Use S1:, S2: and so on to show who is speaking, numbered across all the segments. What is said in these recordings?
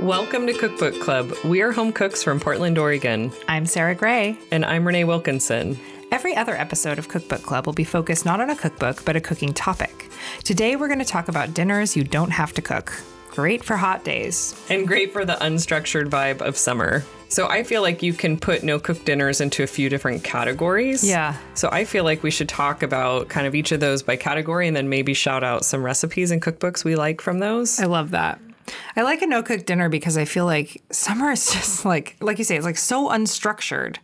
S1: Welcome to Cookbook Club. We are home cooks from Portland, Oregon,
S2: I'm Sarah Gray.
S1: and I'm Renee Wilkinson.
S2: Every other episode of Cookbook Club will be focused not on a cookbook, but a cooking topic. Today, we're going to talk about dinners you don't have to cook. Great for hot days.
S1: and great for the unstructured vibe of summer. So I feel like you can put no cook dinners into a few different categories.
S2: Yeah.
S1: So I feel like we should talk about kind of each of those by category and then maybe shout out some recipes and cookbooks we like from those.
S2: I love that. I like a no cook dinner because I feel like summer is just like, like you say, it's like so unstructured.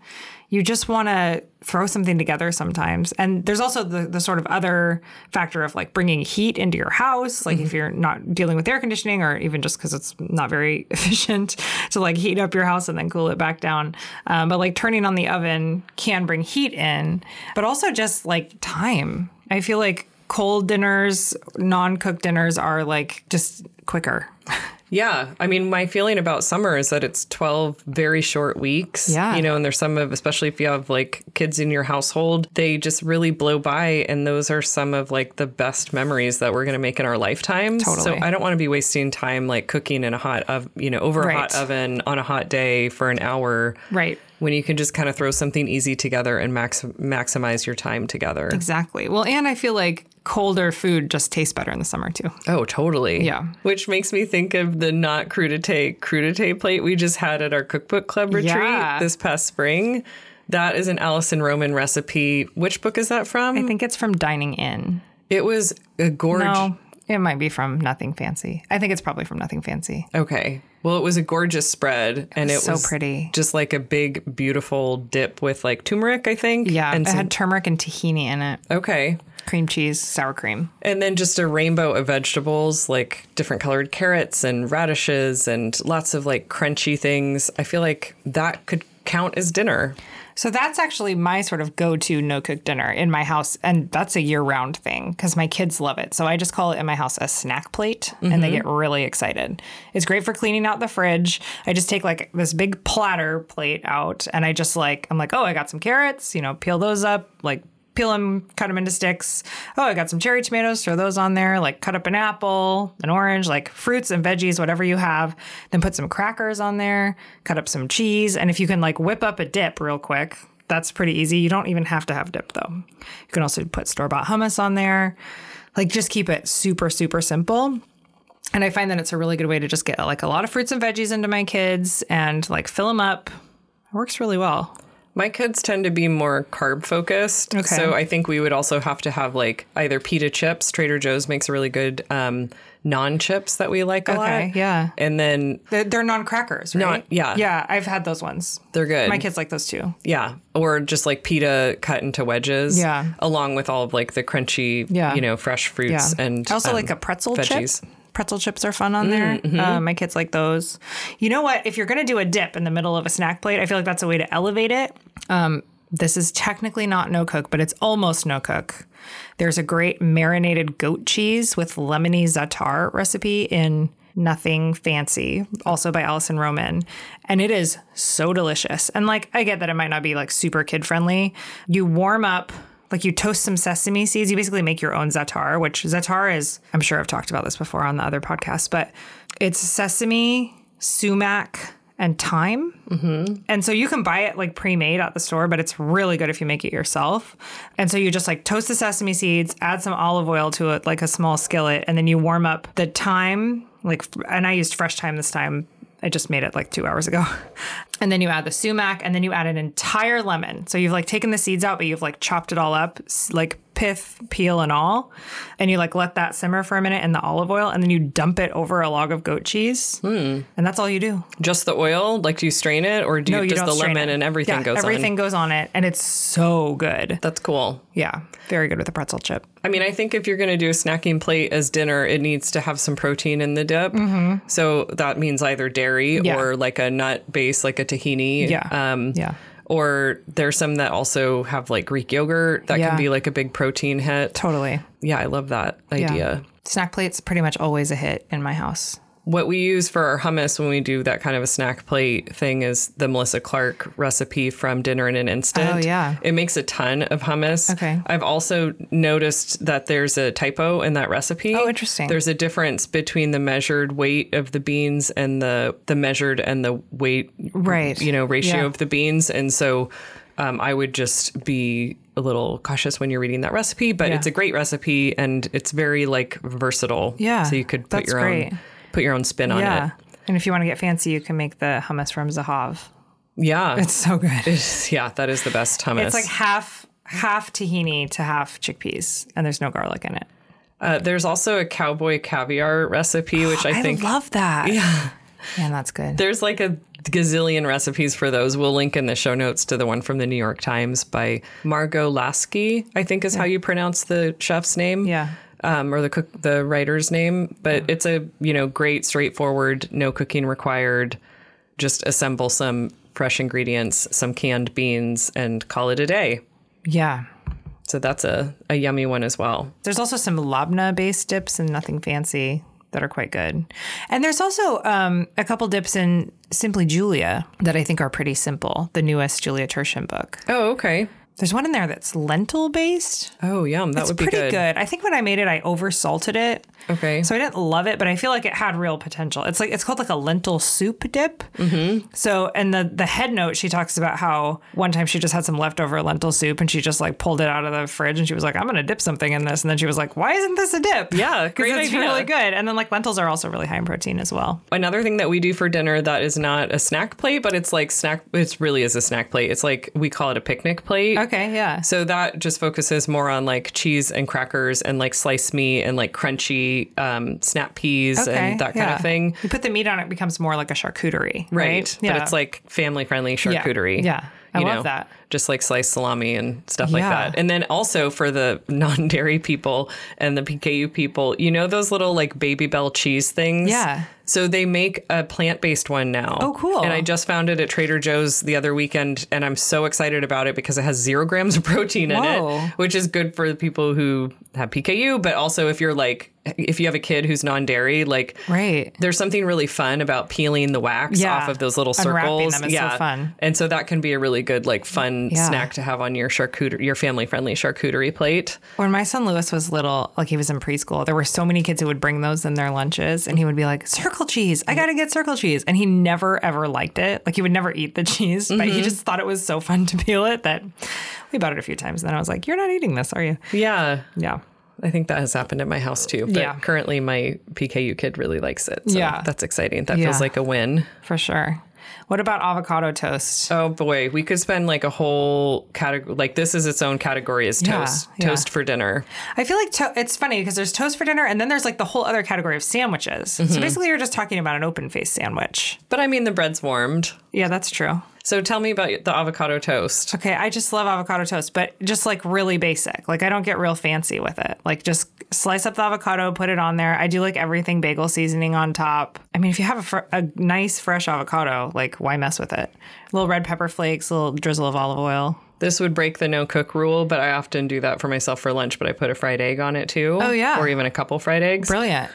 S2: You just want to throw something together sometimes. And there's also the, the sort of other factor of like bringing heat into your house. Like if you're not dealing with air conditioning or even just because it's not very efficient to like heat up your house and then cool it back down. Um, but like turning on the oven can bring heat in, but also just like time. I feel like cold dinners, non cooked dinners are like just quicker.
S1: Yeah. I mean, my feeling about summer is that it's 12 very short weeks.
S2: Yeah.
S1: You know, and there's some of, especially if you have like kids in your household, they just really blow by. And those are some of like the best memories that we're going to make in our lifetimes. So
S2: Totally.
S1: I don't want to be wasting time like cooking in a hot, ov- you know, over a hot
S2: Right.
S1: oven on a hot day for an hour.
S2: Right.
S1: When you can just kind of throw something easy together and max- maximize your time together.
S2: Exactly. Well, and I feel like colder food just tastes better in the summer too.
S1: Oh, totally.
S2: Yeah.
S1: Which makes me think of the not crudité crudité plate we just had at our cookbook club retreat
S2: Yeah.
S1: this past spring. That is an Allison Roman recipe. Which book is that from?
S2: I think it's from dining in.
S1: it was a gorge.
S2: No, it might be from Nothing Fancy. I think it's probably from Nothing Fancy.
S1: Okay. Well, it was a gorgeous spread, and it
S2: was so
S1: was
S2: pretty.
S1: Just like a big, beautiful dip with like turmeric, I think.
S2: Yeah,
S1: And
S2: it
S1: some,
S2: had turmeric and tahini in it,
S1: okay.
S2: cream cheese, sour cream.
S1: And then just a rainbow of vegetables, like different colored carrots and radishes and lots of like crunchy things. I feel like that could count as dinner.
S2: So that's actually my sort of go-to no-cook dinner in my house, and that's a year-round thing because my kids love it. So I just call it in my house a snack plate, and they get really excited. It's great for cleaning out the fridge. I just take like this big platter plate out, and I just like I'm like, oh, I got some carrots, you know, peel those up, like peel them, cut them into sticks. Oh, I got some cherry tomatoes, throw those on there, like cut up an apple, an orange, like fruits and veggies, whatever you have. Then put some crackers on there, cut up some cheese. And if you can like whip up a dip real quick, that's pretty easy. You don't even have to have dip though. You can also put store bought hummus on there. Like just keep it super, super simple. And I find that it's a really good way to just get like a lot of fruits and veggies into my kids and like fill them up. It works really well.
S1: My kids tend to be more carb focused.
S2: Okay.
S1: So I think we would also have to have like either pita chips. Trader Joe's makes a really good um, non chips that we like a
S2: Okay,
S1: lot.
S2: yeah.
S1: And then
S2: They're, they're non-crackers, right?
S1: Non- yeah.
S2: Yeah, I've had those ones.
S1: they're good.
S2: My kids like those too.
S1: Yeah. Or just like pita cut into wedges.
S2: Yeah.
S1: Along with all of like the crunchy,
S2: Yeah.
S1: you know, fresh fruits and
S2: I also
S1: um,
S2: like a pretzel
S1: veggies. Mm-hmm.
S2: chip. Pretzel chips are fun on there. Uh, my kids like those. You know what? If you're going to do a dip in the middle of a snack plate, I feel like that's a way to elevate it. Um, this is technically not no cook, but it's almost no cook. There's a great marinated goat cheese with lemony za'atar recipe in Nothing Fancy, also by Allison Roman. And it is so delicious. And like, I get that it might not be like super kid friendly. You warm up like you toast some sesame seeds. You basically make your own za'atar, which za'atar is, I'm sure I've talked about this before on the other podcast, but it's sesame, sumac, and thyme. And so you can buy it like pre made at the store, but it's really good if you make it yourself. And so you just like toast the sesame seeds, add some olive oil to it, like a small skillet, and then you warm up the thyme, like, and I used fresh thyme this time. I just made it like two hours ago. And then you add the sumac and then you add an entire lemon. So you've like taken the seeds out, but you've like chopped it all up, s- like pith, peel, and all. And you like let that simmer for a minute in the olive oil and then you dump it over a log of goat cheese. And that's all you do.
S1: Just the oil? Like, do you strain it or do
S2: No,
S1: you
S2: Oh, you
S1: just
S2: don't
S1: the
S2: strain
S1: lemon
S2: it.
S1: and everything
S2: Yeah,
S1: goes
S2: everything
S1: on?
S2: goes on it, and it's so good.
S1: That's cool.
S2: Yeah, very good with a pretzel chip.
S1: I mean, I think if you're going to do a snacking plate as dinner, it needs to have some protein in the dip. So that means either dairy
S2: Mm-hmm. Yeah.
S1: or like a nut base, like a tahini.
S2: Yeah.
S1: Um,
S2: Yeah.
S1: Or there's some that also have like Greek yogurt that
S2: Yeah.
S1: can be like a big protein hit.
S2: Totally.
S1: Yeah, I love that
S2: Yeah.
S1: idea.
S2: Snack plate's pretty much always a hit in my house.
S1: what we use for our hummus when we do that kind of a snack plate thing is the Melissa Clark recipe from Dinner in an Instant.
S2: Oh, yeah.
S1: It makes a ton of hummus.
S2: Okay.
S1: I've also noticed that there's a typo in that recipe.
S2: Oh, interesting.
S1: There's a difference between the measured weight of the beans and the the measured and the weight
S2: Right.
S1: you know ratio
S2: Yeah.
S1: of the beans and so um, i would just be a little cautious when you're reading that recipe but
S2: Yeah.
S1: it's a great recipe and it's very like versatile
S2: Yeah,
S1: so you could put
S2: that's
S1: your
S2: great.
S1: own put your own spin on
S2: yeah.
S1: it
S2: And if you want to get fancy, you can make the hummus from Zahav.
S1: yeah
S2: It's so good.
S1: yeah that is the best hummus
S2: It's like half half tahini to half chickpeas, and there's no garlic in it.
S1: uh, there's also a cowboy caviar recipe which i
S2: I,
S1: think
S2: love that. Yeah, man, that's good.
S1: there's like a gazillion recipes for those. We'll link in the show notes to the one from the New York Times by Margot Lasky, I think is how you pronounce the chef's name.
S2: Yeah.
S1: Um, or the cook, the writer's name, but it's a you know great, straightforward, no cooking required. Just assemble some fresh ingredients, some canned beans, and call it a day.
S2: yeah.
S1: So that's a, a yummy one as well.
S2: There's also some labna based dips and nothing fancy that are quite good. And there's also um, a couple dips in Simply Julia that I think are pretty simple, the newest Julia Tertian book.
S1: Oh, okay.
S2: There's one in there that's lentil based.
S1: Oh, yum. That
S2: It's
S1: would be
S2: pretty
S1: good.
S2: good. I think when I made it, I oversalted it.
S1: Okay.
S2: So I didn't love it, but I feel like it had real potential. It's like it's called like a lentil soup dip. Mm-hmm. So and the the head note she talks about how one time she just had some leftover lentil soup and she just like pulled it out of the fridge and she was like, I'm gonna dip something in this, and then she was like, Why isn't this a dip?
S1: Yeah,
S2: because
S1: great
S2: it's
S1: idea.
S2: really good. And then like lentils are also really high in protein as well.
S1: another thing that we do for dinner that is not a snack plate, but it's like snack. It really is a snack plate. It's like we call it a picnic plate.
S2: Okay, yeah.
S1: So that just focuses more on like cheese and crackers and like sliced meat and like crunchy um, snap peas and that kind
S2: yeah.
S1: of thing.
S2: You put the meat on it, it becomes more like a charcuterie, right?
S1: Right. But it's like family friendly charcuterie.
S2: Yeah. I
S1: you
S2: love
S1: know,
S2: that.
S1: Just like sliced salami and stuff like
S2: Yeah.
S1: that. And then also for the non dairy people and the PKU people, you know those little like baby bell cheese things?
S2: Yeah.
S1: So they make a plant based one now.
S2: Oh, cool.
S1: And I just found it at Trader Joe's the other weekend and I'm so excited about it because it has zero grams of protein
S2: Whoa.
S1: in it, which is good for the people who have PKU, but also if you're like, if you have a kid who's non dairy, like,
S2: right.
S1: there's something really fun about peeling the wax
S2: Yeah.
S1: off of those little
S2: Unwrapping
S1: circles.
S2: them is so fun.
S1: And so that can be a really good like fun
S2: Yeah.
S1: snack to have on your charcuterie your family friendly charcuterie plate.
S2: When my son Lewis was little, like he was in preschool, there were so many kids who would bring those in their lunches and he would be like, circle cheese, I gotta get circle cheese. And he never ever liked it. Like he would never eat the cheese, but he just thought it was so fun to peel it that we bought it a few times. And then I was like, you're not eating this, are you?
S1: Yeah.
S2: Yeah.
S1: I think that has happened at my house too. But
S2: Yeah.
S1: currently my PKU kid really likes it. So
S2: Yeah.
S1: that's exciting. That
S2: Yeah.
S1: feels like a win.
S2: For sure. What about avocado toast?
S1: Oh boy, we could spend like a whole category like this is its own category as
S2: Yeah,
S1: toast.
S2: yeah.
S1: Toast for dinner.
S2: I feel like to- it's funny because there's toast for dinner and then there's like the whole other category of sandwiches. So basically, you're just talking about an open faced sandwich.
S1: But I mean the bread's warmed.
S2: Yeah, that's true.
S1: So tell me about the avocado toast.
S2: Okay, I just love avocado toast, but just like really basic. Like I don't get real fancy with it. Like just slice up the avocado, put it on there. I do like everything bagel seasoning on top. I mean, if you have a, fr- a nice fresh avocado, like why mess with it? little red pepper flakes, a little drizzle of olive oil.
S1: This would break the no cook rule, but I often do that for myself for lunch, but I put a fried egg on it too. Oh,
S2: yeah.
S1: Or even a couple fried eggs.
S2: Brilliant.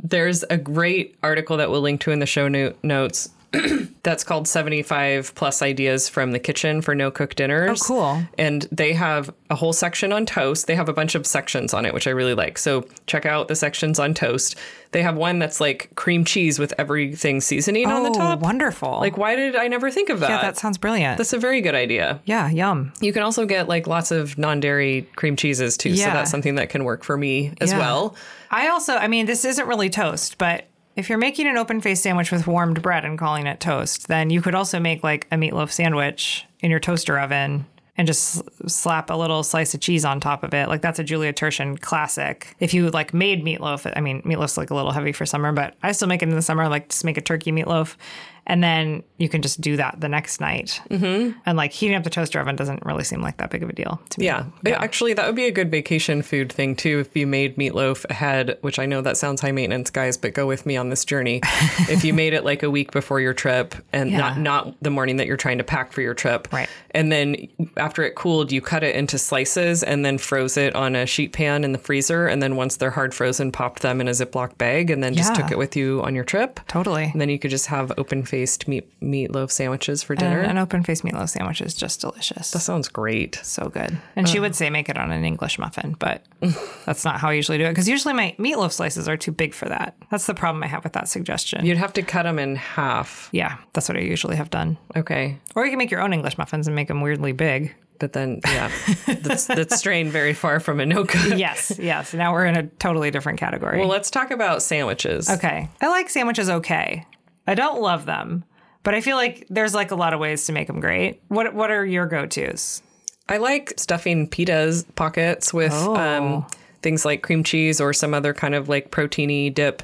S1: There's a great article that we'll link to in the show no- notes that's called 75 Plus Ideas from the Kitchen for No Cook Dinners.
S2: Oh, cool.
S1: And they have a whole section on toast. They have a bunch of sections on it, which I really like. So check out the sections on toast. They have one that's like cream cheese with everything seasoning on the top.
S2: wonderful. Uh,
S1: Like, why did I never think of that?
S2: Oh, yeah, that sounds brilliant.
S1: that's a very good idea.
S2: yeah, yum.
S1: You can also get like lots of non dairy cream cheeses too.
S2: Yeah.
S1: So that's something that can work for me as
S2: Yeah.
S1: well.
S2: I also, I mean, this isn't really toast, but if you're making an open faced sandwich with warmed bread and calling it toast, then you could also make like a meatloaf sandwich in your toaster oven and just s- slap a little slice of cheese on top of it. Like that's a Julia Tertian classic. If you like made meatloaf, I mean, meatloaf's like a little heavy for summer, but I still make it in the summer. Like just make a turkey meatloaf And then you can just do that the next night. Mm-hmm. And like heating up the toaster oven doesn't really seem like that big of a deal to me.
S1: Yeah. It- Actually, that would be a good vacation food thing too if you made meatloaf ahead, which I know that sounds high maintenance, guys, but go with me on this journey. if you made it like a week before your trip and not
S2: Yeah.
S1: not the morning that you're trying to pack for your trip.
S2: Right.
S1: And then after it cooled, you cut it into slices and then froze it on a sheet pan in the freezer and then once they're hard frozen, popped them in a Ziploc bag and then just
S2: Yeah.
S1: took it with you on your trip.
S2: Totally.
S1: And then you could just have open-faced meat meatloaf sandwiches for dinner.
S2: And an open faced meatloaf sandwich is just delicious.
S1: that sounds great.
S2: so good. And she would say make it on an English muffin, but that's not how I usually do it. Because usually my meatloaf slices are too big for that. That's the problem I have with that suggestion.
S1: You'd have to cut them in half.
S2: yeah, that's what I usually have done.
S1: Okay.
S2: Or you can make your own English muffins and make them weirdly big.
S1: But then, yeah, that's, that's straying very far from Anoka.
S2: Yes, yes. Now we're in a totally different category.
S1: Well, let's talk about sandwiches.
S2: okay. I like sandwiches okay. I don't love them, but I feel like there's like a lot of ways to make them great. What what are your go-tos?
S1: I like stuffing pitas pockets with um, things like cream cheese or some other kind of like proteiny dip,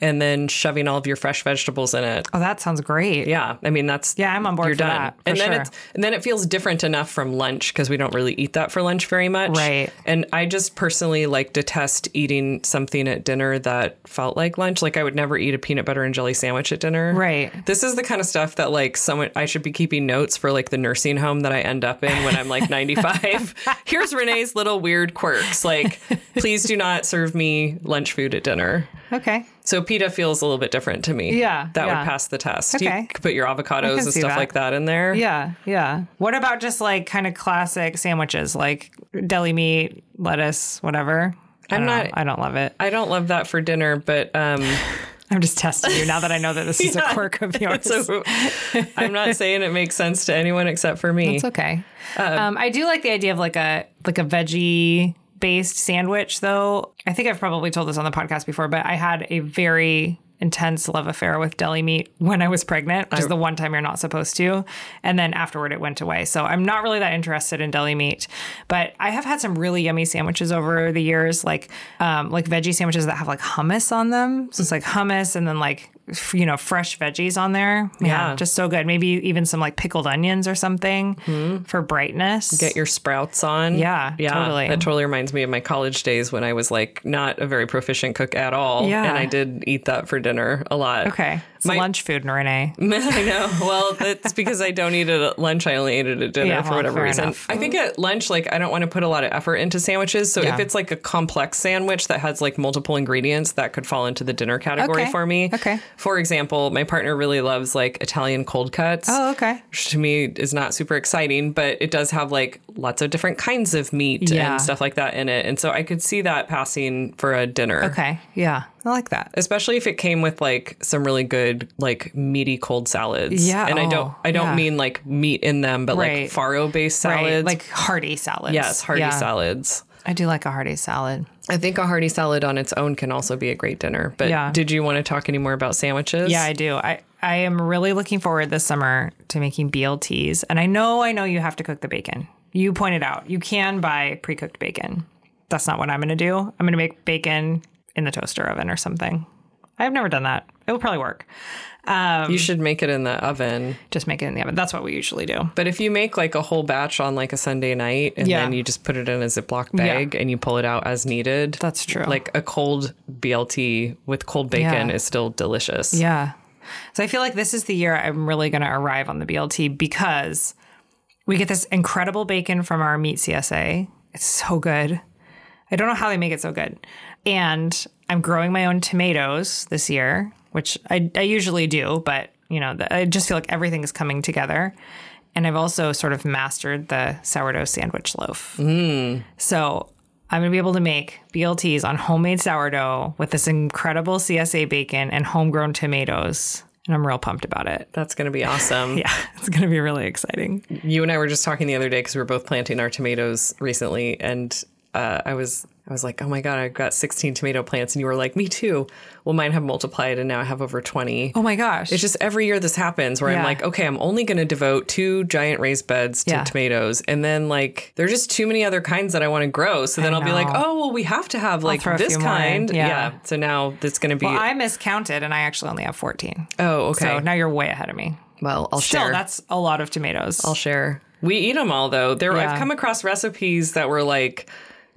S1: and then shoving all of your fresh vegetables in it.
S2: Oh, that sounds great.
S1: Yeah, I mean that's
S2: Yeah, I'm on board
S1: You're
S2: for
S1: done,
S2: that, for
S1: and then
S2: sure.
S1: it's and then it feels different enough from lunch because we don't really eat that for lunch very much,
S2: Right.
S1: And I just personally like detest eating something at dinner that felt like lunch. Like I would never eat a peanut butter and jelly sandwich at dinner,
S2: Right.
S1: This is the kind of stuff that like someone I should be keeping notes for like the nursing home that I end up in when I'm like 95. Here's Renee's little weird quirks. Like, please do not serve me lunch food at dinner.
S2: Okay.
S1: So pita feels a little bit different to me.
S2: Yeah,
S1: That
S2: yeah.
S1: would pass the test. You
S2: Okay.
S1: could put your
S2: I
S1: avocados
S2: can
S1: and
S2: see
S1: stuff
S2: that.
S1: like that in there.
S2: Yeah, yeah. What about just like kind of classic sandwiches like deli meat, lettuce, whatever? I
S1: I'm
S2: don't know.
S1: not-
S2: I don't love it.
S1: I don't love that for dinner, but um
S2: I'm just testing you now that I know that this is a quirk of yours.
S1: so I'm not saying it makes sense to anyone except for me.
S2: It's okay. Um, I do like the idea of like a like a veggie based sandwich, though. I think I've probably told this on the podcast before, but I had a very intense love affair with deli meat when I was pregnant, which is the one time you're not supposed to. And then afterward, it went away. So I'm not really that interested in deli meat, but I have had some really yummy sandwiches over the years, like um, like veggie sandwiches that have like hummus on them. So it's like hummus and then like f- you know fresh veggies on there.
S1: Yeah.
S2: yeah just so good. Maybe even some like pickled onions or something for brightness.
S1: Hmm. Get your sprouts on.
S2: Yeah,
S1: Yeah.
S2: totally.
S1: That totally reminds me of my college days when I was like not a very proficient cook at all.
S2: Yeah.
S1: And I did eat that for dinner a lot.
S2: okay. It's
S1: My- Mm.
S2: lunch food, Renee.
S1: I know. Well, that's because I don't eat it at lunch. I only ate it at dinner
S2: Yeah,
S1: for
S2: well,
S1: whatever
S2: fair
S1: reason.
S2: enough.
S1: I think at lunch, like, I don't want to put a lot of effort into sandwiches. So
S2: Yeah.
S1: if it's like a complex sandwich that has like multiple ingredients, that could fall into the dinner category
S2: Okay.
S1: for me.
S2: Okay.
S1: For example, my partner really loves like Italian cold cuts.
S2: Oh, okay.
S1: Which to me is not super exciting, but it does have like lots of different kinds of meat
S2: Yeah.
S1: and stuff like that in it. And so I could see that passing for a dinner
S2: Okay. Yeah. I like that.
S1: especially if it came with like some really good like meaty cold salads.
S2: Yeah,
S1: and I
S2: oh,
S1: don't I don't
S2: yeah.
S1: mean like meat in them, but
S2: Right.
S1: like farro based salads.
S2: Right. Like hearty salads.
S1: yes, hearty
S2: Yeah.
S1: salads.
S2: I do like a hearty salad.
S1: I think a hearty salad on its own can also be a great dinner. But
S2: Yeah.
S1: did you want to talk any more about sandwiches?
S2: Yeah, I do. I, I am really looking forward this summer to making BLTs. And I know, I know you have to cook the bacon. You pointed out you can buy pre cooked bacon. That's not what I'm going to do. I'm going to make bacon in the toaster oven or something. I've never done that. It will probably work.
S1: you should make it in the oven.
S2: Just make it in the oven. That's what we usually do.
S1: But if you make like a whole batch on like a Sunday night and
S2: Yeah.
S1: then you just put it in a Ziploc bag and you pull it out as needed.
S2: That's true.
S1: Like a cold BLT with cold bacon
S2: Yeah.
S1: is still delicious.
S2: Yeah. So I feel like this is the year I'm really going to arrive on the BLT because we get this incredible bacon from our meat CSA. It's so good. I don't know how they make it so good. And I'm growing my own tomatoes this year, which I, I usually do, but you know, the, I just feel like everything is coming together. And I've also sort of mastered the sourdough sandwich loaf. So I'm going to be able to make BLTs on homemade sourdough with this incredible CSA bacon and homegrown tomatoes. And I'm real pumped about it.
S1: That's gonna be awesome.
S2: Yeah, it's going to be really exciting.
S1: You and I were just talking the other day because we were both planting our tomatoes recently, and uh, I was I was like, oh my god, I've got 16 tomato plants, and you were like, me too. Well, mine have multiplied, and now I have over 20.
S2: Oh my gosh.
S1: It's just every year this happens where I'm
S2: Yeah.
S1: like, okay, I'm only going to devote two giant raised beds to
S2: Yeah.
S1: tomatoes, and then like there are just too many other kinds that I want to grow. So then
S2: I
S1: I'll be like,
S2: know.
S1: oh well, we have to have like
S2: throw a
S1: this
S2: few more in.
S1: kind,
S2: Yeah.
S1: So now it's going to be
S2: well, I miscounted and I actually only have 14.
S1: oh okay.
S2: So now you're way ahead of me.
S1: well, I'll
S2: Still,
S1: share.
S2: that's a lot of tomatoes.
S1: I'll share. We eat them all though. There, I've
S2: Yeah.
S1: come across recipes that were like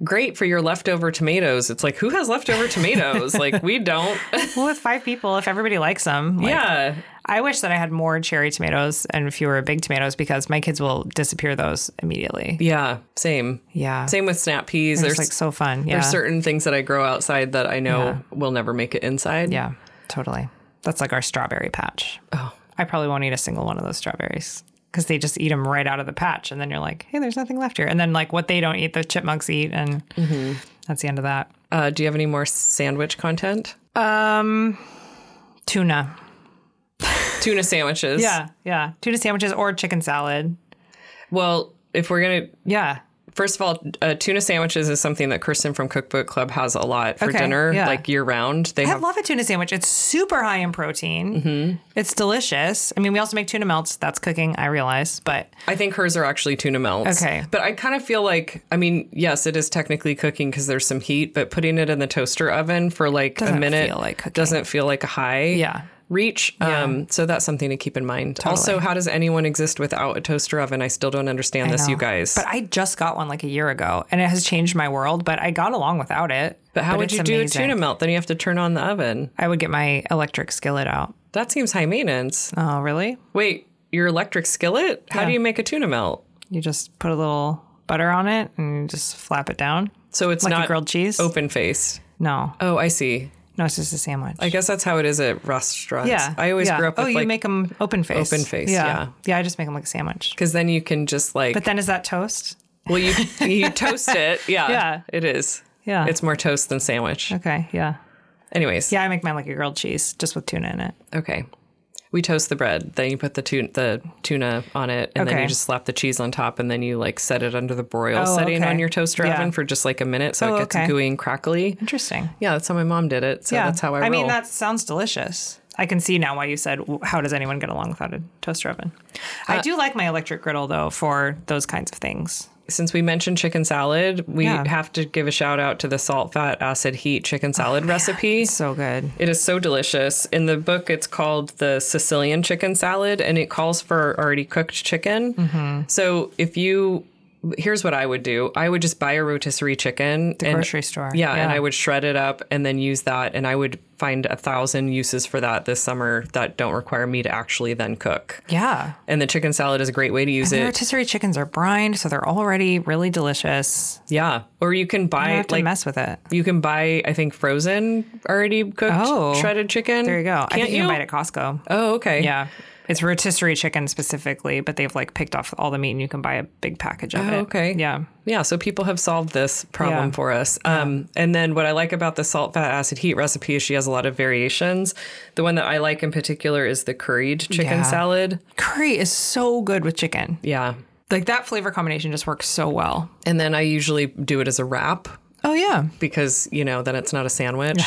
S1: great for your leftover tomatoes. It's like who has leftover tomatoes? like we don't.
S2: well, with five people, if everybody likes them, like,
S1: yeah.
S2: I wish that I had more cherry tomatoes and fewer big tomatoes because my kids will disappear those immediately.
S1: Yeah. Same.
S2: Yeah.
S1: Same with snap peas.
S2: It's
S1: There's
S2: like so fun. Yeah.
S1: there's certain things that I grow outside that I know will never make it inside.
S2: yeah. Totally. That's like our strawberry patch. Oh. I probably won't eat a single one of those strawberries because they just eat them right out of the patch. And then you're like, hey, there's nothing left here. And then, like, what they don't eat, the chipmunks eat. And that's the end of that.
S1: Uh, do you have any more sandwich content?
S2: Um, Tuna.
S1: Tuna sandwiches.
S2: Yeah. Yeah. Tuna sandwiches or chicken salad.
S1: Well, if we're gonna
S2: Yeah.
S1: First of all, uh, tuna sandwiches is something that Kristen from Cookbook Club has a lot for
S2: Okay,
S1: dinner,
S2: yeah.
S1: like year round. They
S2: I
S1: have
S2: love a tuna sandwich. It's super high in protein. It's delicious. I mean, we also make tuna melts. That's cooking, I realize, but
S1: I think hers are actually tuna melts.
S2: Okay.
S1: But I kind of feel like, I mean, yes, it is technically cooking because there's some heat, but putting it in the toaster oven for like a
S2: Doesn't
S1: minute
S2: feel like cooking.
S1: doesn't feel like a high
S2: Yeah.
S1: reach. Um, so that's something to keep in mind. Also, how does anyone exist without a toaster oven? I still don't understand this,
S2: No.
S1: you guys.
S2: But I just got one like a year ago, and it has changed my world. But I got along without it.
S1: But how would
S2: it's
S1: you do
S2: amazing.
S1: a tuna melt? Then you have to turn on the oven.
S2: I would get my electric skillet out.
S1: That seems high maintenance.
S2: Oh, really?
S1: Wait, your electric skillet? How do you make a tuna melt?
S2: You just put a little butter on it and you just flap it down
S1: So it's
S2: like
S1: not
S2: a grilled cheese.
S1: open faced.
S2: No,
S1: Oh, I see.
S2: no, it's just a sandwich.
S1: I guess that's how it is at restaurants.
S2: yeah,
S1: I always
S2: yeah.
S1: grew up with
S2: Oh, you
S1: like
S2: make them open face.
S1: open face, yeah.
S2: yeah, yeah. I just make them like a sandwich.
S1: Because then you can just like,
S2: But then is that toast?
S1: well, you you toast it. Yeah,
S2: Yeah.
S1: it is.
S2: Yeah.
S1: it's more toast than sandwich.
S2: Okay, yeah.
S1: Anyways,
S2: Yeah, I make mine like a grilled cheese, just with tuna in it.
S1: okay. We toast the bread, then you put the tuna, the tuna on it, and then you
S2: Okay.
S1: just slap the cheese on top, and then you like set it under the broil
S2: Oh,
S1: setting
S2: okay.
S1: on your toaster
S2: Yeah.
S1: oven for just like a minute, so
S2: Oh,
S1: it gets
S2: okay.
S1: gooey and crackly.
S2: Interesting.
S1: Yeah, that's how my mom did it. So
S2: yeah,
S1: that's how I. Roll.
S2: I mean, that sounds delicious. I can see now why you said, "W- "How does anyone get along without a toaster oven?"
S1: Uh,
S2: I do like my electric griddle though for those kinds of things.
S1: since we mentioned chicken salad, we
S2: Yeah.
S1: have to give a shout out to the salt, fat, acid, heat chicken
S2: Oh,
S1: salad recipe.
S2: So good.
S1: It is so delicious. In the book, it's called the Sicilian chicken salad, and it calls for already cooked chicken.
S2: Mm-hmm.
S1: So if you, here's what I would do: I would just buy a rotisserie chicken, the
S2: grocery store.
S1: Yeah, and
S2: Yeah.
S1: I would shred it up and then use that, and I would find a thousand uses for that this summer that don't require me to actually then cook.
S2: Yeah,
S1: And the chicken salad is a great way to use
S2: the
S1: it.
S2: rotisserie chickens are brined, so they're already really delicious.
S1: yeah, or you can
S2: I don't
S1: buy
S2: have to
S1: like
S2: mess with it.
S1: You can buy, I think, frozen, already cooked
S2: Oh.
S1: shredded chicken.
S2: There you go.
S1: Can't
S2: I think you
S1: you?
S2: can buy it at Costco.
S1: Oh, okay.
S2: Yeah, it's rotisserie chicken specifically, but they've like picked off all the meat, and you can buy a big package of it.
S1: Oh, okay.
S2: Yeah.
S1: Yeah. So people have solved this problem
S2: Yeah.
S1: for us. Um, and then what I like about the salt, fat, acid, heat recipe is she has a lot of variations. The one that I like in particular is the curried chicken
S2: Yeah.
S1: salad.
S2: Curry is so good with chicken.
S1: Yeah.
S2: Like that flavor combination just works so well.
S1: And then I usually do it as a wrap
S2: Oh yeah.
S1: because, you know, then it's not a sandwich.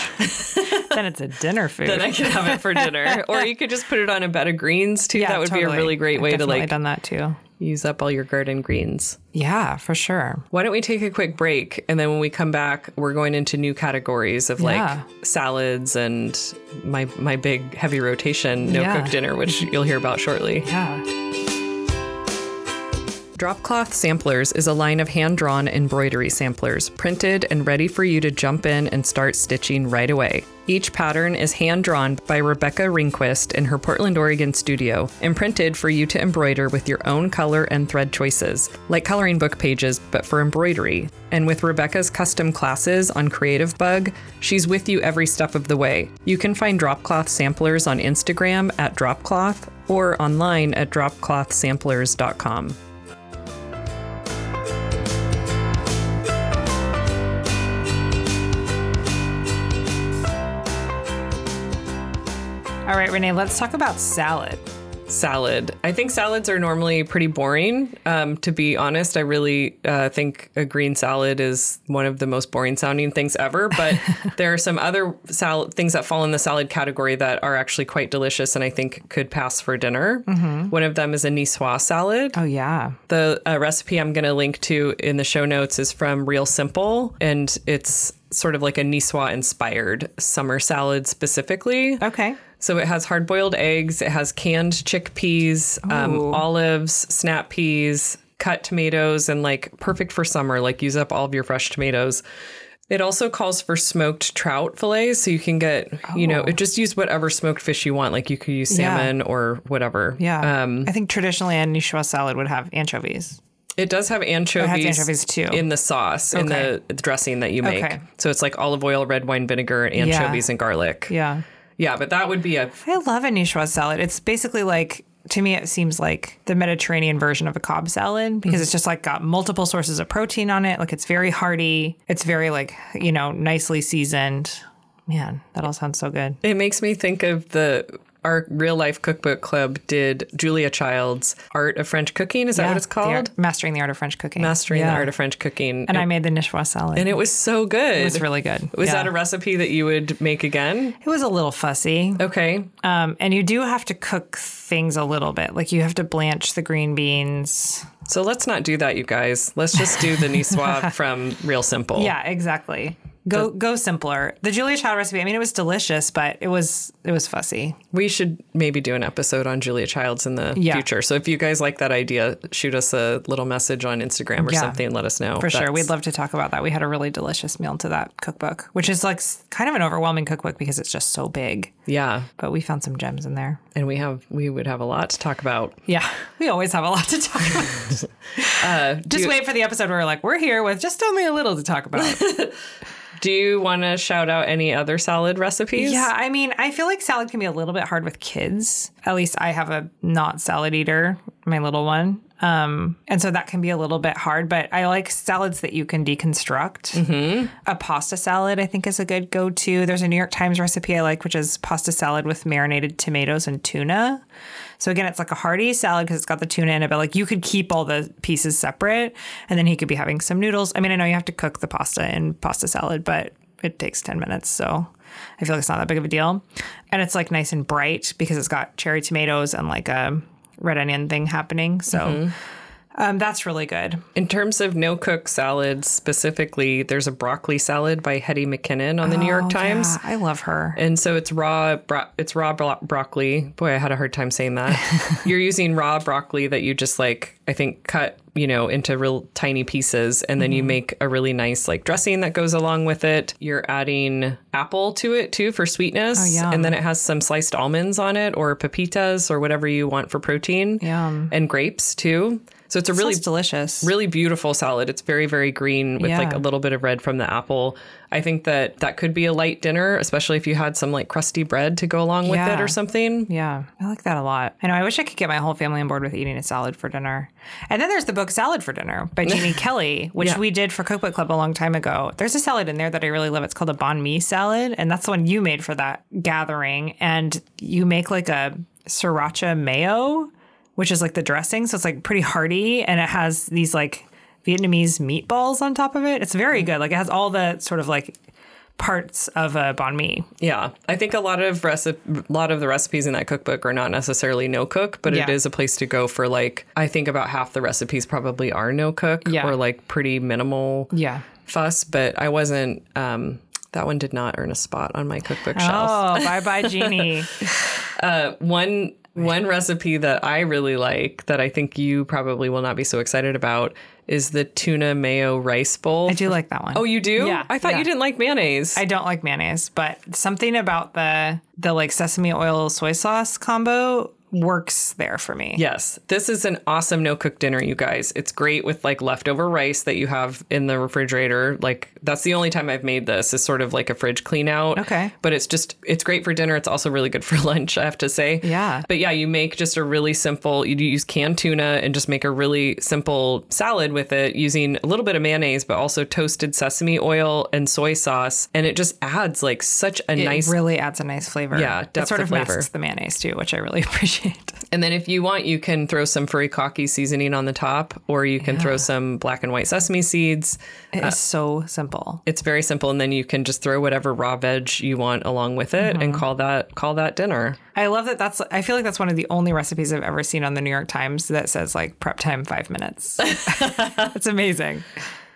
S2: then it's a dinner food.
S1: then I can have it for dinner. or you could just put it on a bed of greens too. that would be a really great way to like
S2: done that too.
S1: use up all your garden greens.
S2: Yeah, for sure.
S1: Why don't we take a quick break? And then when we come back, we're going into new categories of like
S2: Yeah.
S1: salads and my my big heavy rotation no
S2: Yeah.
S1: cook dinner, which you'll hear about shortly.
S2: Yeah.
S1: Dropcloth Samplers is a line of hand drawn embroidery samplers, printed and ready for you to jump in and start stitching right away. Each pattern is hand drawn by Rebecca Ringquist in her Portland, Oregon studio and printed for you to embroider with your own color and thread choices, like coloring book pages, but for embroidery. And with Rebecca's custom classes on Creative Bug, she's with you every step of the way. You can find Dropcloth Samplers on Instagram at Dropcloth or online at dropclothsamplers.com.
S2: All right, Renee, let's talk about salad.
S1: salad. I think salads are normally pretty boring. Um, to be honest, I really uh, think a green salad is one of the most boring sounding things ever. But there are some other sal- things that fall in the salad category that are actually quite delicious and I think could pass for dinner. One of them is a niçoise salad.
S2: Oh yeah.
S1: The uh, recipe I'm going to link to in the show notes is from Real Simple, and it's sort of like a niçoise inspired summer salad specifically.
S2: Okay.
S1: So it has hard boiled eggs, it has canned chickpeas, um, olives, snap peas, cut tomatoes, and like perfect for summer, like use up all of your fresh tomatoes. It also calls for smoked trout fillets. So you can get, you know, just use whatever smoked fish you want. Like you could use
S2: Oh. Yeah.
S1: salmon or whatever. Um,
S2: Yeah. I think traditionally a Niçoise salad would have anchovies.
S1: It does have anchovies,
S2: anchovies, too.
S1: in the sauce, in the dressing that you make.
S2: Okay.
S1: So it's like olive oil, red wine vinegar, anchovies, and garlic.
S2: Yeah.
S1: yeah, but that would be a
S2: I love a Niçoise salad. It's basically like to me it seems like the Mediterranean version of a Cobb salad because it's just like got multiple sources of protein on it. Like it's very hearty. It's very like, you know, nicely seasoned. Man, that all sounds so good.
S1: It makes me think of the our real life cookbook club did Julia Child's Art of French Cooking. Is that
S2: Yeah,
S1: what it's
S2: Ah, the art-
S1: called?
S2: Mastering the Art of French Cooking.
S1: Mastering
S2: Yeah.
S1: the Art of French Cooking.
S2: And
S1: And,
S2: I made the Niçoise salad.
S1: and it was so good.
S2: it was really good.
S1: Was
S2: Yeah.
S1: that a recipe that you would make again?
S2: It was a little fussy.
S1: Okay.
S2: Um, and you do have to cook things a little bit. Like you have to blanch the green beans.
S1: So let's not do that, you guys. Let's just do the niçoise from Real Simple.
S2: Yeah, exactly. Go go simpler. The Julia Child recipe. I mean, it was delicious, but it was it was fussy.
S1: We should maybe do an episode on Julia Child's in the
S2: Yeah.
S1: future. So if you guys like that idea, shoot us a little message on Instagram or
S2: Yeah.
S1: something and let us know.
S2: For sure. We'd love to talk about that. We had a really delicious meal to that cookbook, which is like s- kind of an overwhelming cookbook because it's just so big.
S1: Yeah.
S2: But we found some gems in there.
S1: And we have we would have a lot to talk about.
S2: Yeah. We always have a lot to talk about.
S1: Uh,
S2: just wait for the episode where we're like, we're here with just only a little to talk about.
S1: Do you want to shout out any other salad recipes?
S2: Yeah, I mean, I feel like salad can be a little bit hard with kids. At least I have a not salad eater, my little one. Um, and so that can be a little bit hard, but I like salads that you can deconstruct. A pasta salad, I think, is a good go to. There's a New York Times recipe I like, which is pasta salad with marinated tomatoes and tuna. So again, it's like a hearty salad because it's got the tuna in it, but like you could keep all the pieces separate and then he could be having some noodles. I mean, I know you have to cook the pasta in pasta salad, but it takes 10 minutes. So I feel like it's not that big of a deal. And it's like nice and bright because it's got cherry tomatoes and like a red onion thing happening. So um, that's really good.
S1: In terms of no cook salads specifically, there's a broccoli salad by Hetty McKinnon on the New York Times.
S2: Yeah, Ah, I love her.
S1: And so it's raw, bro- it's raw bro- broccoli. Boy, I had a hard time saying that. You're using raw broccoli that you just like, I think, cut, you know, into real tiny pieces, and then you
S2: Mm-hmm.
S1: make a really nice like dressing that goes along with it. You're adding apple to it too for sweetness,
S2: Oh, yum.
S1: and then it has some sliced almonds on it, or pepitas, or whatever you want for protein,
S2: Yum.
S1: and grapes too. So it's a really
S2: Sounds delicious.
S1: really beautiful salad. It's very, very green with like
S2: Yeah.
S1: a little bit of red from the apple. I think that that could be a light dinner, especially if you had some like crusty bread to go along with it
S2: Yeah.
S1: or something.
S2: Yeah, I like that a lot. I know. I wish I could get my whole family on board with eating a salad for dinner. And then there's the book Salad for Dinner by Jeannie Kelly, which
S1: Yeah.
S2: we did for Cookbook Club a long time ago. There's a salad in there that I really love. It's called a banh mi salad, and that's the one you made for that gathering. And you make like a sriracha mayo, which is like the dressing, so it's like pretty hearty, and it has these like Vietnamese meatballs on top of it. It's very good. Like it has all the sort of like parts of a banh mi.
S1: Yeah. I think a lot of recipe, a lot of the recipes in that cookbook are not necessarily no cook, but it
S2: Yeah.
S1: is a place to go for like, I think about half the recipes probably are no cook
S2: Yeah.
S1: or like pretty minimal fuss, but I wasn't, um, that one did not earn a spot on my cookbook shelf.
S2: Oh, bye bye, Jeannie.
S1: one one recipe that I really like that I think you probably will not be so excited about is the tuna mayo rice bowl.
S2: I do like that one.
S1: Oh, you do?
S2: Yeah,
S1: I thought
S2: yeah.
S1: you didn't like mayonnaise.
S2: I don't like mayonnaise, but something about the the like sesame oil soy sauce combo works there for me.
S1: yes. This is an awesome no cook dinner, you guys. It's great with like leftover rice that you have in the refrigerator. Like that's the only time I've made this is sort of like a fridge clean out.
S2: Okay.
S1: But it's just it's great for dinner. It's also really good for lunch, I have to say.
S2: Yeah.
S1: But yeah, you make just a really simple, you use canned tuna and just make a really simple salad with it using a little bit of mayonnaise, but also toasted sesame oil and soy sauce. And it just adds like such a
S2: It
S1: nice.
S2: really adds a nice flavor.
S1: Yeah,
S2: it
S1: depth
S2: sort
S1: of
S2: of,
S1: flavor.
S2: masks the mayonnaise too, which I really appreciate. it.
S1: And then if you want, you can throw some furry cocky seasoning on the top, or you can throw some black and white sesame seeds.
S2: It is so simple.
S1: It's very simple, and then you can just throw whatever raw veg you want along with it, and
S2: Mm-hmm.
S1: call that call that dinner.
S2: I love that. That's. I feel like that's one of the only recipes I've ever seen on the New York Times that says like prep time five minutes. it's amazing.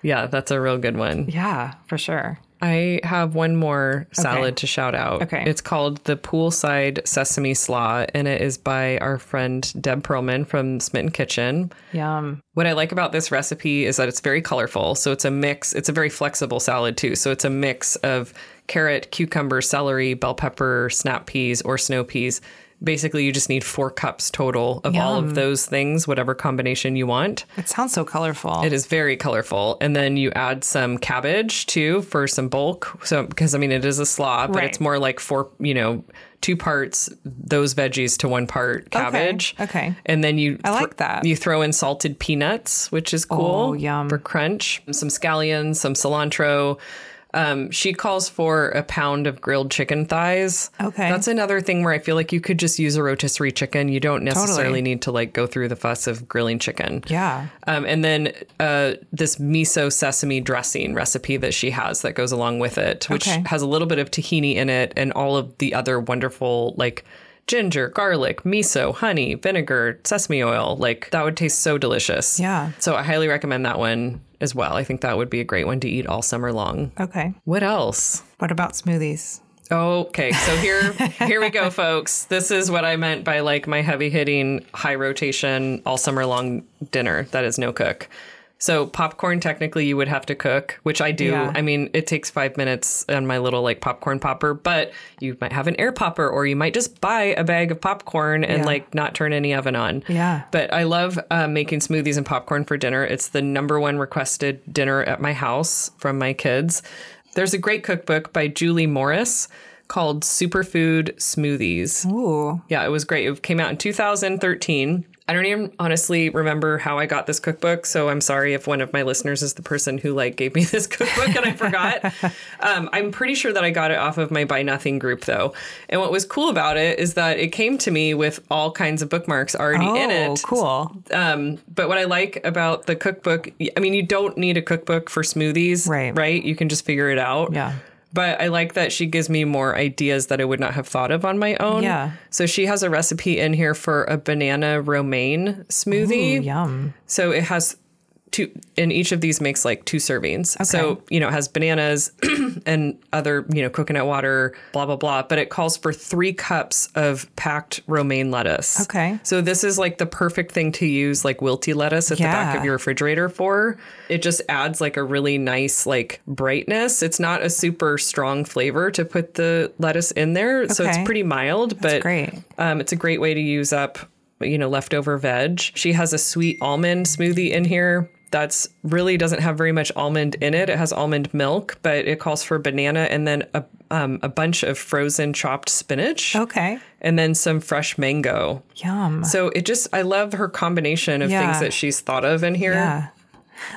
S1: Yeah, that's a real good one.
S2: Yeah, for sure.
S1: I have one more salad
S2: Okay.
S1: to shout out.
S2: Okay.
S1: It's called the Poolside Sesame Slaw, and it is by our friend Deb Perlman from Smitten Kitchen.
S2: Yum.
S1: What I like about this recipe is that it's very colorful. So it's a mix, it's a very flexible salad too. So it's a mix of carrot, cucumber, celery, bell pepper, snap peas, or snow peas. Basically, you just need four cups total of all of those things, whatever combination you want.
S2: It sounds so colorful.
S1: It is very colorful. And then you add some cabbage too for some bulk. So, because I mean, it is a slaw, but
S2: Right.
S1: it's more like four, you know, two parts, those veggies to one part cabbage.
S2: okay.
S1: And then you, I
S2: like that.
S1: You throw in salted peanuts, which is cool.
S2: Oh, yum.
S1: For crunch, some scallions, some cilantro. Um, she calls for a pound of grilled chicken thighs.
S2: Okay.
S1: That's another thing where I feel like you could just use a rotisserie chicken. You don't necessarily need to like go through the fuss of grilling chicken.
S2: yeah.
S1: Um, and then uh, this miso sesame dressing recipe that she has that goes along with it, which
S2: Okay.
S1: has a little bit of tahini in it and all of the other wonderful like ginger, garlic, miso, honey, vinegar, sesame oil. Like that would taste so delicious.
S2: Yeah.
S1: So I highly recommend that one as well. I think that would be a great one to eat all summer long.
S2: Okay.
S1: What else?
S2: What about smoothies?
S1: Okay, so here here we go, folks. This is what I meant by like my heavy hitting, high rotation, all summer long dinner that is no cook. So popcorn, technically, you would have to cook, which I do.
S2: Yeah.
S1: I mean, it takes five minutes on my little like popcorn popper, but you might have an air popper, or you might just buy a bag of popcorn and
S2: Yeah.
S1: like not turn any oven on.
S2: Yeah.
S1: But I love uh, making smoothies and popcorn for dinner. It's the number one requested dinner at my house from my kids. There's a great cookbook by Julie Morris called Superfood Smoothies.
S2: Ooh.
S1: Yeah, it was great. It came out in 2013. I don't even honestly remember how I got this cookbook, so I'm sorry if one of my listeners is the person who like gave me this cookbook and I forgot. Um, I'm pretty sure that I got it off of my Buy Nothing group though. And what was cool about it is that it came to me with all kinds of bookmarks already
S2: Oh,
S1: in it.
S2: cool.
S1: Um, but what I like about the cookbook, I mean, you don't need a cookbook for smoothies,
S2: Right.
S1: Right? You can just figure it out.
S2: Yeah.
S1: But I like that she gives me more ideas that I would not have thought of on my own.
S2: Yeah.
S1: So she has a recipe in here for a banana romaine smoothie.
S2: Ooh, yum.
S1: So it has two, and each of these makes like two servings. So, you know, it has bananas and other, you know, coconut water, blah, blah, blah. But it calls for three cups of packed romaine lettuce.
S2: Okay.
S1: So this is like the perfect thing to use like wilty lettuce at the back
S2: Yeah.
S1: of your refrigerator for. It just adds like a really nice like brightness. It's not a super strong flavor to put the lettuce in there. So it's
S2: Okay.
S1: pretty mild, but
S2: great.
S1: um, it's a great way to use up, you know, leftover veg. She has a sweet almond smoothie in here. That's really doesn't have very much almond in it. It has almond milk, but it calls for banana and then a, um, a bunch of frozen chopped spinach
S2: Okay.
S1: and then some fresh mango.
S2: Yum.
S1: So it just, I love her combination of
S2: Yeah.
S1: things that she's thought of in here.
S2: Yeah.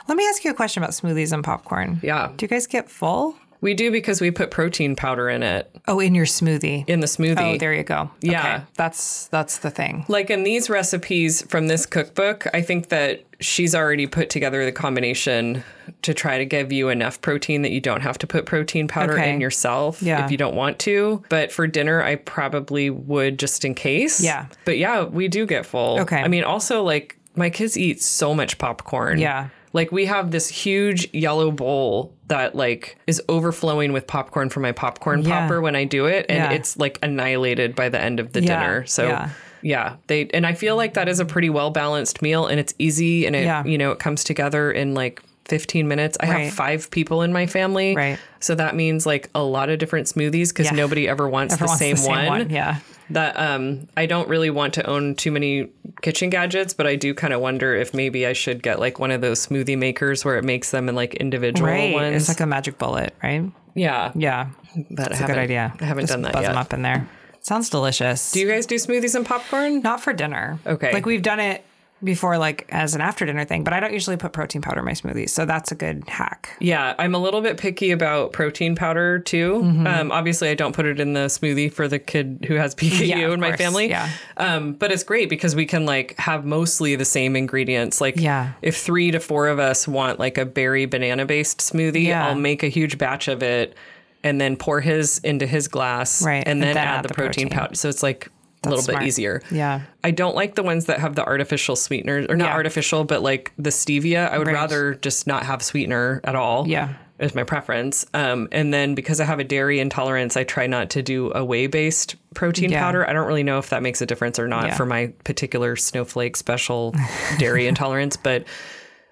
S2: Let me ask you a question about smoothies and popcorn.
S1: Yeah.
S2: Do you guys get full?
S1: We do because we put protein powder in it,
S2: Oh, in your smoothie.
S1: in the smoothie.
S2: oh, there you go.
S1: Yeah.
S2: Okay. That's that's the thing.
S1: like in these recipes from this cookbook, I think that she's already put together the combination to try to give you enough protein that you don't have to put protein powder
S2: Okay.
S1: in yourself
S2: Yeah.
S1: if you don't want to. But for dinner, I probably would just in case.
S2: Yeah.
S1: But yeah, we do get full.
S2: Okay.
S1: I mean, also, like, my kids eat so much popcorn.
S2: Yeah.
S1: Like, we have this huge yellow bowl that, like, is overflowing with popcorn from my popcorn
S2: Yeah.
S1: popper when I do it. And
S2: Yeah.
S1: it's, like, annihilated by the end of the
S2: Yeah,
S1: dinner. So
S2: yeah.
S1: yeah, they and I feel like that is a pretty well balanced meal and it's easy and it
S2: Yeah.
S1: you know it comes together in like 15 minutes. I
S2: Right.
S1: have 5 people in my family.
S2: Right.
S1: So that means like a lot of different smoothies cuz
S2: Yeah.
S1: nobody ever wants, the,
S2: Everyone's
S1: same one.
S2: Yeah.
S1: That um I don't really want to own too many kitchen gadgets, but I do kind of wonder if maybe I should get like one of those smoothie makers where it makes them in like individual
S2: Right. It's
S1: ones.
S2: like a magic bullet, right?
S1: yeah.
S2: Yeah.
S1: But I
S2: It's a good
S1: haven't-
S2: idea.
S1: I haven't
S2: Just
S1: done that
S2: buzz
S1: yet.
S2: them up in there. Sounds delicious.
S1: Do you guys do smoothies and popcorn?
S2: Not for dinner.
S1: Okay.
S2: Like we've done it before like as an after dinner thing, but I don't usually put protein powder in my smoothies, so that's a good hack.
S1: Yeah, I'm a little bit picky about protein powder too.
S2: Mm-hmm.
S1: Um, obviously, I don't put it in the smoothie for the kid who has PKU
S2: Yeah, of
S1: in my
S2: course.
S1: family.
S2: Yeah.
S1: Um, but it's great because we can like have mostly the same ingredients. Like,
S2: Yeah.
S1: if three to four of us want like a berry banana based smoothie,
S2: Yeah.
S1: I'll make a huge batch of it and then pour his into his glass,
S2: Right,
S1: And then, add, the, protein, powder. So it's like a little
S2: smart.
S1: bit easier.
S2: Yeah.
S1: I don't like the ones that have the artificial sweeteners, or not
S2: Yeah.
S1: artificial, but like the stevia. I would
S2: Right.
S1: rather just not have sweetener at all.
S2: Yeah.
S1: Is my preference. Um, and then because I have a dairy intolerance, I try not to do a whey based protein
S2: Yeah.
S1: powder. I don't really know if that makes a difference or not
S2: Yeah.
S1: for my particular snowflake special dairy intolerance, but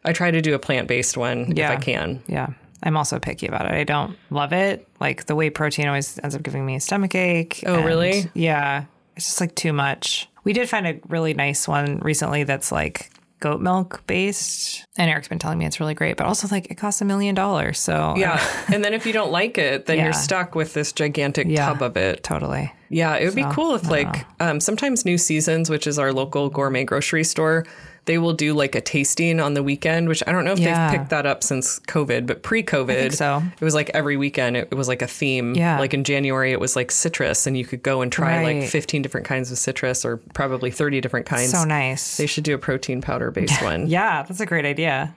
S1: I try to do a plant based one
S2: Yeah.
S1: if I can.
S2: Yeah. I'm also picky about it. I don't love it. Like the whey protein always ends up giving me a stomach ache.
S1: Oh,
S2: and-
S1: really?
S2: Yeah. It's just like too much. We did find a really nice one recently that's like goat milk based. And Eric's been telling me it's really great, but also like it costs a million dollars. So
S1: Yeah. and then if you don't like it, then
S2: Yeah.
S1: you're stuck with this gigantic
S2: Yeah.
S1: tub of it.
S2: totally.
S1: Yeah, it would be cool if like um, sometimes New Seasons, which is our local gourmet grocery store, they will do like a tasting on the weekend. Which I don't know if
S2: Yeah.
S1: they've picked that up since COVID, but pre-COVID,
S2: so.
S1: it was like every weekend. It, it was like a theme.
S2: Yeah.
S1: like in January, it was like citrus, and you could go and try
S2: Right.
S1: like fifteen different kinds of citrus, or probably thirty different kinds.
S2: So nice.
S1: They should do a protein powder based one.
S2: yeah, that's a great idea.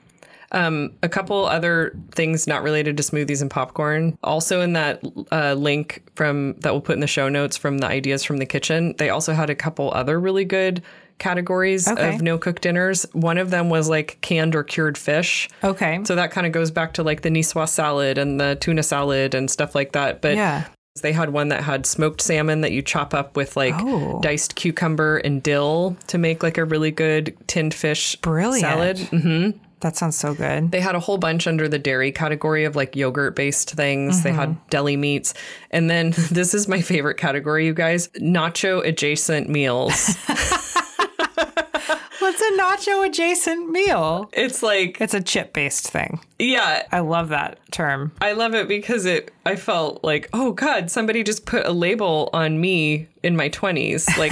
S1: A couple other things not related to smoothies and popcorn. Also, in that uh, link from that we'll put in the show notes from the ideas from the kitchen, they also had a couple other really good categories
S2: Okay.
S1: of no cook dinners. One of them was like canned or cured fish.
S2: Okay.
S1: So that kind of goes back to like the Niçoise salad and the tuna salad and stuff like that. But
S2: yeah.
S1: they had one that had smoked salmon that you chop up with like
S2: Oh.
S1: diced cucumber and dill to make like a really good tinned fish
S2: Brilliant.
S1: salad.
S2: That sounds so good.
S1: They had a whole bunch under the dairy category of like yogurt based things. They had deli meats. And then this is my favorite category, you guys nacho adjacent meals.
S2: What's a nacho adjacent meal?
S1: it's like,
S2: It's a chip based thing.
S1: yeah,
S2: I love that term.
S1: I love it because it, I felt like, oh God, somebody just put a label on me in my 20s. Like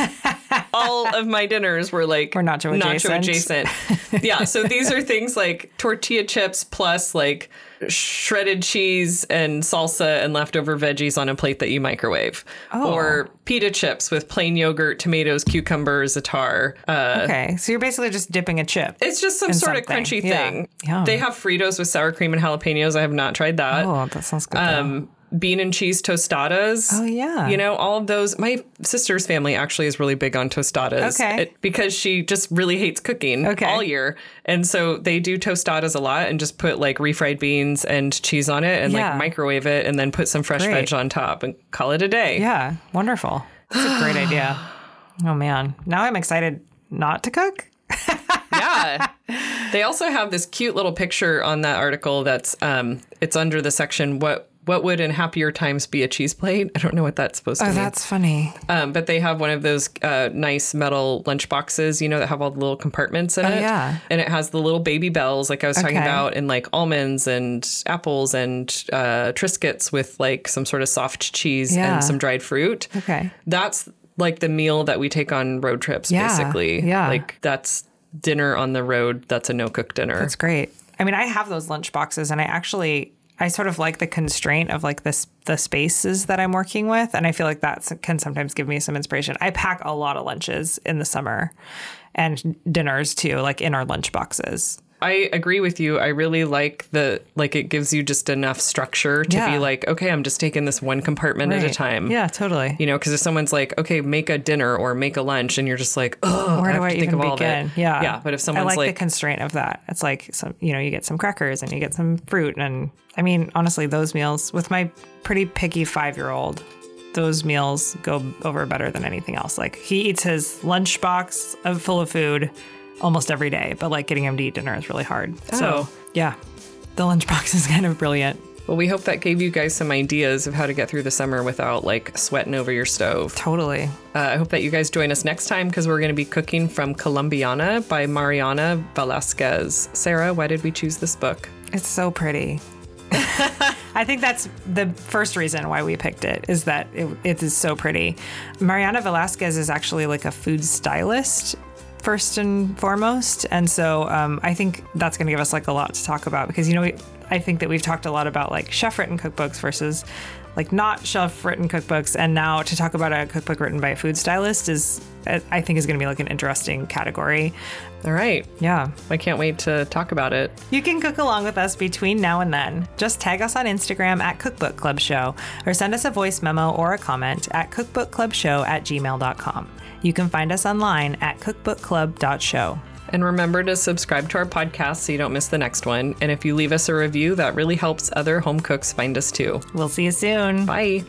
S1: all of my dinners were like,
S2: Were nacho adjacent.
S1: adjacent. yeah. So these are things like tortilla chips plus like shredded cheese and salsa and leftover veggies on a plate that you microwave.
S2: Oh.
S1: Or pita chips with plain yogurt, tomatoes, cucumbers, za'atar. Uh,
S2: Okay. So you're basically just dipping a chip.
S1: it's just some sort of
S2: something.
S1: crunchy
S2: Yeah.
S1: thing.
S2: Yum.
S1: They have Fritos with sour cream and jalapenos. I have not tried that
S2: Oh, that sounds good. though.
S1: um, bean and cheese tostadas.
S2: Oh, yeah.
S1: you know all of those. My sister's family actually is really big on tostadas.
S2: Okay.
S1: It- because she just really hates cooking
S2: Okay.
S1: all year, and so they do tostadas a lot and just put like refried beans and cheese on it and
S2: Yeah.
S1: like microwave it and then put some fresh
S2: Great.
S1: veg on top and call it a day.
S2: yeah. Wonderful. That's a great idea. Oh man. Now I'm excited not to cook.
S1: yeah. They also have this cute little picture on that article that's um it's under the section what what would in happier times be a cheese plate? I don't know what that's supposed to
S2: Oh,
S1: mean.
S2: that's funny.
S1: Um, but they have one of those uh, nice metal lunch boxes, you know, that have all the little compartments in it.
S2: Oh, yeah.
S1: And it has the little baby bells, like I was talking
S2: Okay.
S1: about, and like almonds and apples and uh, Triscuits with like some sort of soft cheese
S2: Yeah.
S1: and some dried fruit.
S2: Okay.
S1: That's like the meal that we take on road trips,
S2: Yeah,
S1: basically.
S2: yeah.
S1: Like that's dinner on the road. That's a no cook dinner.
S2: That's great. I mean, I have those lunch boxes, and I actually I sort of like the constraint of like this the spaces that I'm working with, and I feel like that can sometimes give me some inspiration. I pack a lot of lunches in the summer and dinners too, like in our lunch boxes.
S1: I agree with you. I really like the like it gives you just enough structure to
S2: Yeah.
S1: be like, okay, I'm just taking this one compartment at a
S2: Right.
S1: time.
S2: Yeah, totally.
S1: You know, because if someone's like, okay, make a dinner or make a lunch, and you're just like, oh,
S2: Where
S1: I
S2: do
S1: have
S2: I,
S1: to think
S2: even
S1: of all
S2: begin?
S1: of it.
S2: Yeah,
S1: yeah. But if
S2: I
S1: someone's
S2: like,
S1: like,
S2: the constraint of that, it's like some you know you get some crackers and you get some fruit, and I mean honestly, those meals with my pretty picky five year old, those meals go over better than anything else. Like he eats his lunchbox of full of food almost every day, but like getting him to eat dinner is really hard. So
S1: Oh.
S2: yeah, the lunchbox is kind of brilliant.
S1: well, we hope that gave you guys some ideas of how to get through the summer without like sweating over your stove.
S2: Totally.
S1: Uh, I hope that you guys join us next time because we're going to be cooking from Colombiana by Mariana Velasquez. Sarah, why did we choose this book?
S2: It's so pretty. I think that's the first reason why we picked it is that it, it is so pretty. Mariana Velasquez is actually like a food stylist first and foremost. And so um, I think that's going to give us like a lot to talk about because, you know, we, I think that we've talked a lot about like chef written cookbooks versus like not chef written cookbooks. And now to talk about a cookbook written by a food stylist is, I I think, is going to be like an interesting category.
S1: All right.
S2: Yeah.
S1: I can't wait to talk about it.
S2: You can cook along with us between now and then. Just tag us on Instagram at Cookbook Club Show or send us a voice memo or a comment at cookbookclubshow at gmail.com. You can find us online at cookbookclub.show.
S1: And remember to subscribe to our podcast so you don't miss the next one. And if you leave us a review, that really helps other home cooks find us too.
S2: We'll see you soon.
S1: Bye.